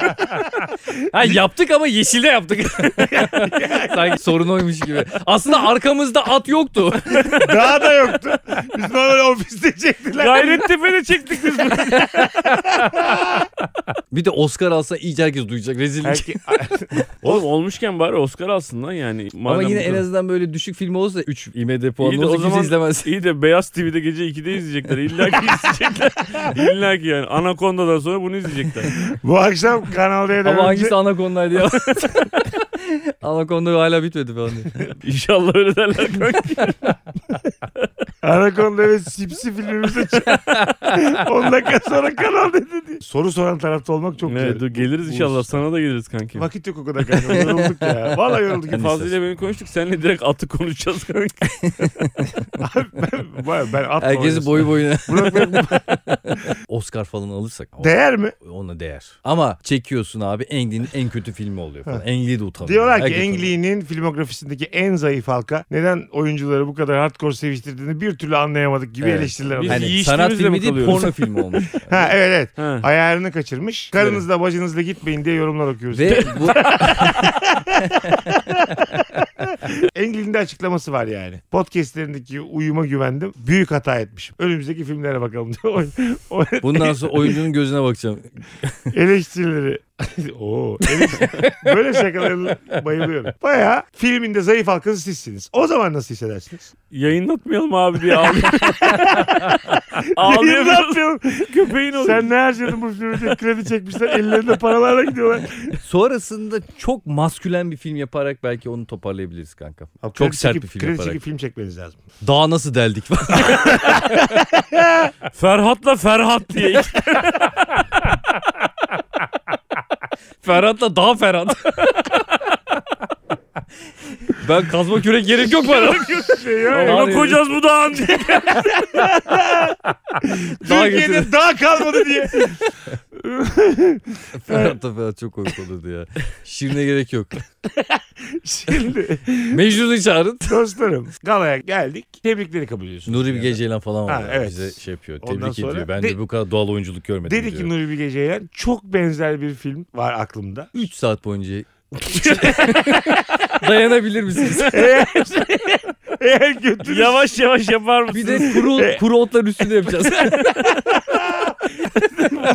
Ha yaptık ama yeşilde yaptık. Sanki sorun oymuş gibi. Aslında arkamızda at yoktu. Daha da yoktu. Biz normal ofiste çektiler. Gayrettepe'de çektik biz bunu. Bir de Oscar alsa iyice herkes duyacak. Rezillik. Erke- Oğlum olmuşken bari Oscar alsın lan yani. ama Madem yine bu en kadar- azından böyle düşük film olursa 3 IMDb puanı İyi de o olsa kimse zaman- izlemez. İyi de Beyaz TV'de gece 2'de izleyecekler. İlla ki izleyecekler. İlla ki yani. Anakonda'dan sonra bunu izleyecekler. Bu akşam Kanal D'den Ama önce... hangisi Anakonda'ydı ya? Anakonda hala bitmedi falan diye. İnşallah öyle derler kanka. Anaconda ve Sipsi filmimize çık. 10 dakika sonra Kanal D dedi. Soru soran tarafta olmak çok Evet, güzel. dur geliriz inşallah. Sana da geliriz kanka. Vakit yok o kadar kanka. Yorulduk ya. Valla yorulduk. Ben- Fazla ile beni konuştuk. Seninle direkt atı konuşacağız kanka. Abi ben, vay, ben atla Herkes oynasın. boyu boyuna. Bırak bırak. Oscar falan alırsak o- Değer mi? ona değer. Ama çekiyorsun abi Engli'nin en kötü filmi oluyor falan. Engli de utanıyor. Diyorlar ki Herkes utanıyor. Engli'nin filmografisindeki en zayıf halka neden oyuncuları bu kadar hardcore seviştirdiğini bir türlü anlayamadık gibi Evet. eleştiriler Biz var. Hani yiyiştiğimizle sanat mi filmi değil kalıyoruz? porno filmi olmuş. Ha evet evet. Ha. Ayarını kaçırmış. Karınızla bacınızla gitmeyin diye yorumlar okuyoruz. Ve bu Engli'nin de açıklaması var yani. Podcastlerindeki uyuma güvendim. Büyük hata etmişim. Önümüzdeki filmlere bakalım diyor. O- o- bundan sonra oyuncunun gözüne bakacağım. Eleştirileri. Oo, eleştiri- Böyle şakalarla bayılıyorum. Baya filminde zayıf halkası sizsiniz. O zaman nasıl hissedersiniz? Yayınlatmayalım abi diye ağlıyor. ağlıyor biraz. Yıllar- Köpeğin oluyor. Sen ne harcadın bu filmi diye kredi çekmişler. Ellerinde paralarla gidiyorlar. Sonrasında çok maskülen bir film yaparak belki onu toparlayabiliriz kanka. Kredi çok sert çekip- bir film kredi yaparak. çekip film çekmeniz lazım. Daha nasıl deldik falan. Ferhat'la Ferhat diye. Ferhat'la daha Ferhat. ben kazma kürek gerek yok bana. Şey ya, Vallahi- Ona kocaz bu dağın diye. daha Türkiye'de daha kalmadı diye. Ferhat'la Ferhat çok komik olurdu ya. Şirin'e gerek yok. Şimdi Mecnun'u çağırın. dostlarım galaya geldik. Tebrikleri kabul ediyorsunuz. Nuri bir Geceylan falan var. Ha, ya, evet. Bize şey yapıyor. Ondan Tebrik sonra- ediyor. Ben De- de bu kadar doğal oyunculuk görmedim Dedi ki diyor. Nuri Bilge Ceylan çok benzer bir film var aklımda. 3 saat boyunca dayanabilir misiniz? Eğer, eğer kötü Yavaş yavaş yapar mısın? bir de kuru, kuru otların üstünde yapacağız.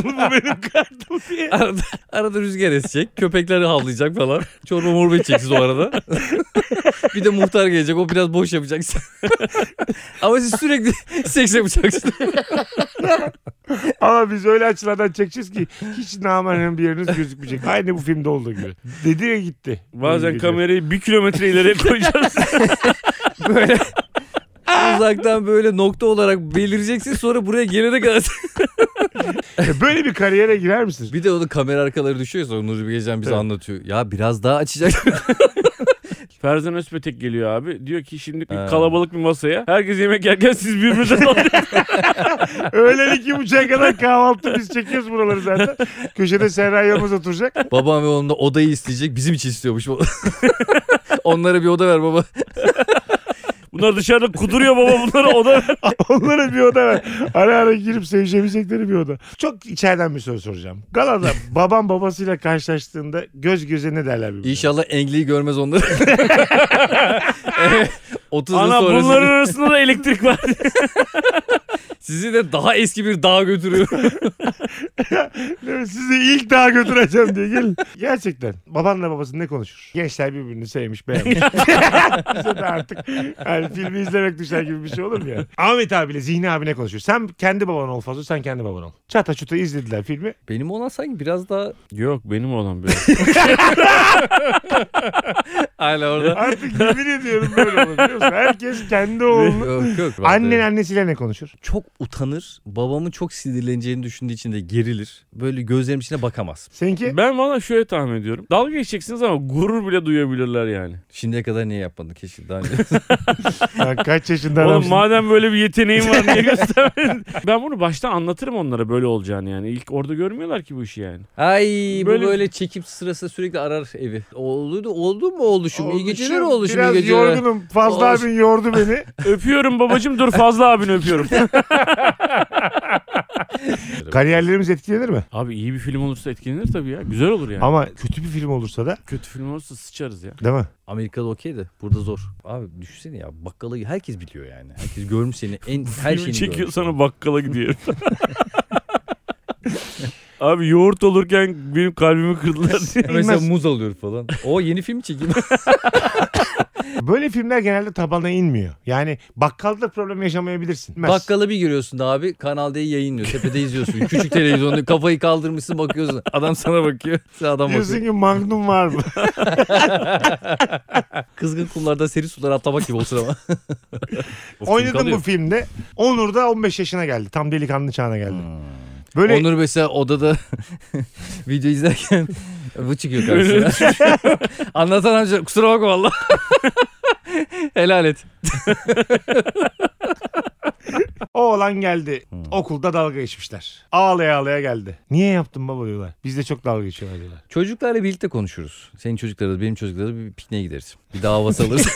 bu benim kartım diye. arada, arada rüzgar esecek. Köpekler havlayacak falan. Çorba morba içeceksiniz o arada. bir de muhtar gelecek. O biraz boş yapacak. Ama siz sürekli seks yapacaksınız. Ama biz öyle açılardan çekeceğiz ki hiç namanen bir yeriniz gözükmeyecek. Aynı bu filmde olduğu gibi. Dedi ya gitti. Nuri Bazen Bilge kamerayı bir kilometre ileriye koyacağız. Böyle uzaktan böyle nokta olarak belireceksiniz. Sonra buraya gelene kadar Ceylan. E, Böyle bir kariyere girer misiniz? Bir de onun kamera arkaları düşüyor sonra Nuri Bilgecan bize Evet. anlatıyor. Ya biraz daha açacak. Ferzan Özpetek geliyor abi. Diyor ki şimdi bir Ha. kalabalık bir masaya. Herkes yemek yerken siz birbirinize dalıyorsunuz. Öğlen iki buçuğa kadar kahvaltı biz çekiyoruz buraları zaten. Köşede Serra Yılmaz oturacak. Babam ve onun da odayı isteyecek. Bizim için istiyormuş. Onlara bir oda ver baba. Bunlar dışarıda kuduruyor baba bunları oda. Onlara bir oda ver. Ara ara girip sevişebilecekleri bir oda. Çok içeriden bir soru soracağım. Galada babam babasıyla karşılaştığında göz göze ne derler birbirine? İnşallah Engli'yi görmez onları. Evet. 30 yıl Ana sonrası bunların arasında da elektrik var. sizi de daha eski bir dağa götürüyor. Evet, Sizi ilk daha götüreceğim diye gelin. Gerçekten babanla babası ne konuşur? Gençler birbirini sevmiş beğenmiş. Bize de artık yani filmi izlemek düşer gibi bir şey olur mu ya? Ahmet abiyle Zihni abi ne konuşuyor? Sen kendi baban ol Fazıl sen kendi baban ol. Çata çuta izlediler filmi. Benim olan sanki biraz daha Yok benim olan böyle. hala orada. Artık yemin ediyorum böyle olur biliyor musun? Herkes kendi oğlunu. yok, yok, Annen annesiyle ne konuşur? çok utanır. Babamın çok sinirleneceğini düşündüğü için de gerilir. Böyle gözlerim içine bakamaz. Seninki? ben valla şöyle tahmin ediyorum. Dalga geçeceksiniz ama gurur bile duyabilirler yani. Şimdiye kadar niye yapmadın keşke daha önce. Ha, kaç yaşında Oğlum adamsın? madem böyle bir yeteneğin var niye göstermedin? ben bunu baştan anlatırım onlara böyle olacağını yani. İlk orada görmüyorlar ki bu işi yani. Ay Böyle- bu böyle çekip sırası sürekli arar evi. Oldu oldu mu oluşum? iyi geceler Oğlum, oluşum iyi Biraz geceler. yorgunum. Fazla Olsun. abin yordu beni. Öpüyorum babacım dur fazla abini öpüyorum. Kariyerlerimiz etkilenir mi? Abi iyi bir film olursa etkilenir tabii ya. Güzel olur yani. Ama kötü bir film olursa da Kötü film olursa sıçarız ya. değil mi? Amerika'da okey de burada zor. Abi düşünsene ya bakkala herkes biliyor yani. Herkes görmüş seni en her Filmi şeyini çekiyor görmüş. sana bakkala gidiyor. Abi yoğurt olurken benim kalbimi kırdılar diye. Mesela İnmez. muz alıyor falan. O yeni film çekeyim. Böyle filmler genelde tabana inmiyor. Yani bakkalda problem yaşamayabilirsin. Bilmez. Bakkala bir giriyorsun da abi Kanal D'yi yayınlıyor. Tepede izliyorsun. Küçük televizyonda kafayı kaldırmışsın bakıyorsun. Adam sana bakıyor. Sen adam Diyorsun bakıyor. ki magnum var mı? Kızgın kumlarda seri sulara atlamak gibi o sırama. Oynadım bu filmde. Onur da 15 yaşına geldi. Tam delikanlı çağına geldi. Böyle Onur mesela odada video izlerken bu çıkıyor karşısına. Anlatan amca kusura bakma valla. Helal et. o olan geldi. Okulda dalga geçmişler. Ağlaya ağlaya geldi. Niye yaptın baba diyorlar. Biz de çok dalga geçiyorlar diyorlar. Çocuklarla birlikte konuşuruz. Senin çocukları da benim çocukları da bir pikniğe gideriz. Bir daha havası alırız.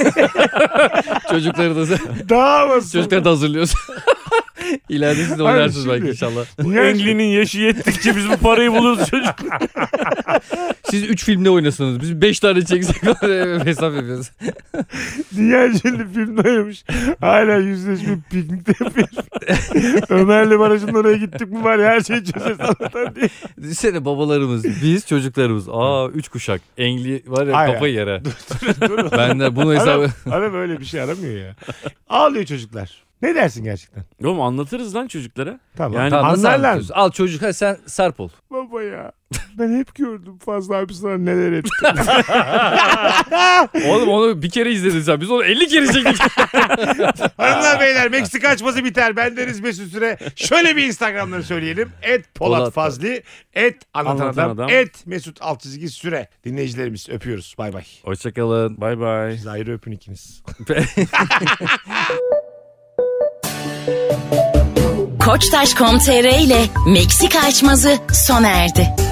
çocukları da Daha basın. çocukları da hazırlıyoruz. İleride siz de oynarsınız şimdi- belki inşallah. Bu Engli'nin yaşı yettikçe biz bu parayı buluruz çocuk. Siz 3 filmde oynasınız. Biz 5 tane çeksek hesap yapıyoruz. Dünya şimdi filmde oynamış. Hala yüzleşme piknikte yapıyor. Ömer'le Barış'ın oraya gittik mi var ya her şeyi çözeriz anlatan diye. Düşünsene babalarımız, biz çocuklarımız. Aa 3 kuşak. Engli var ya Aynen. kafayı yere. ben de bunu hesabı... Adam, adam öyle bir şey aramıyor ya. Ağlıyor çocuklar. Ne dersin gerçekten? Oğlum anlatırız lan çocuklara. Tamam. Yani- Tamam, nasıl anlarlar. anlatıyorsun? Al çocuk ha sen sarp ol. Baba ya. Ben hep gördüm Fazla abi sana neler etti. Oğlum onu bir kere izledin sen. Biz onu 50 kere çektik. Hanımlar beyler Meksika açması biter. Ben Deniz Mesut Süre. Şöyle bir Instagram'ları söyleyelim. Et Polat, Polat Fazlı. Et Anlatan Anlatan Adam. Adam. Et Mesut alt çizgi Süre. Dinleyicilerimiz öpüyoruz. Bay bay. Hoşçakalın. Bay bay. Siz ayrı öpün ikiniz. Koçtaş.com.tr ile Meksika açmazı sona erdi.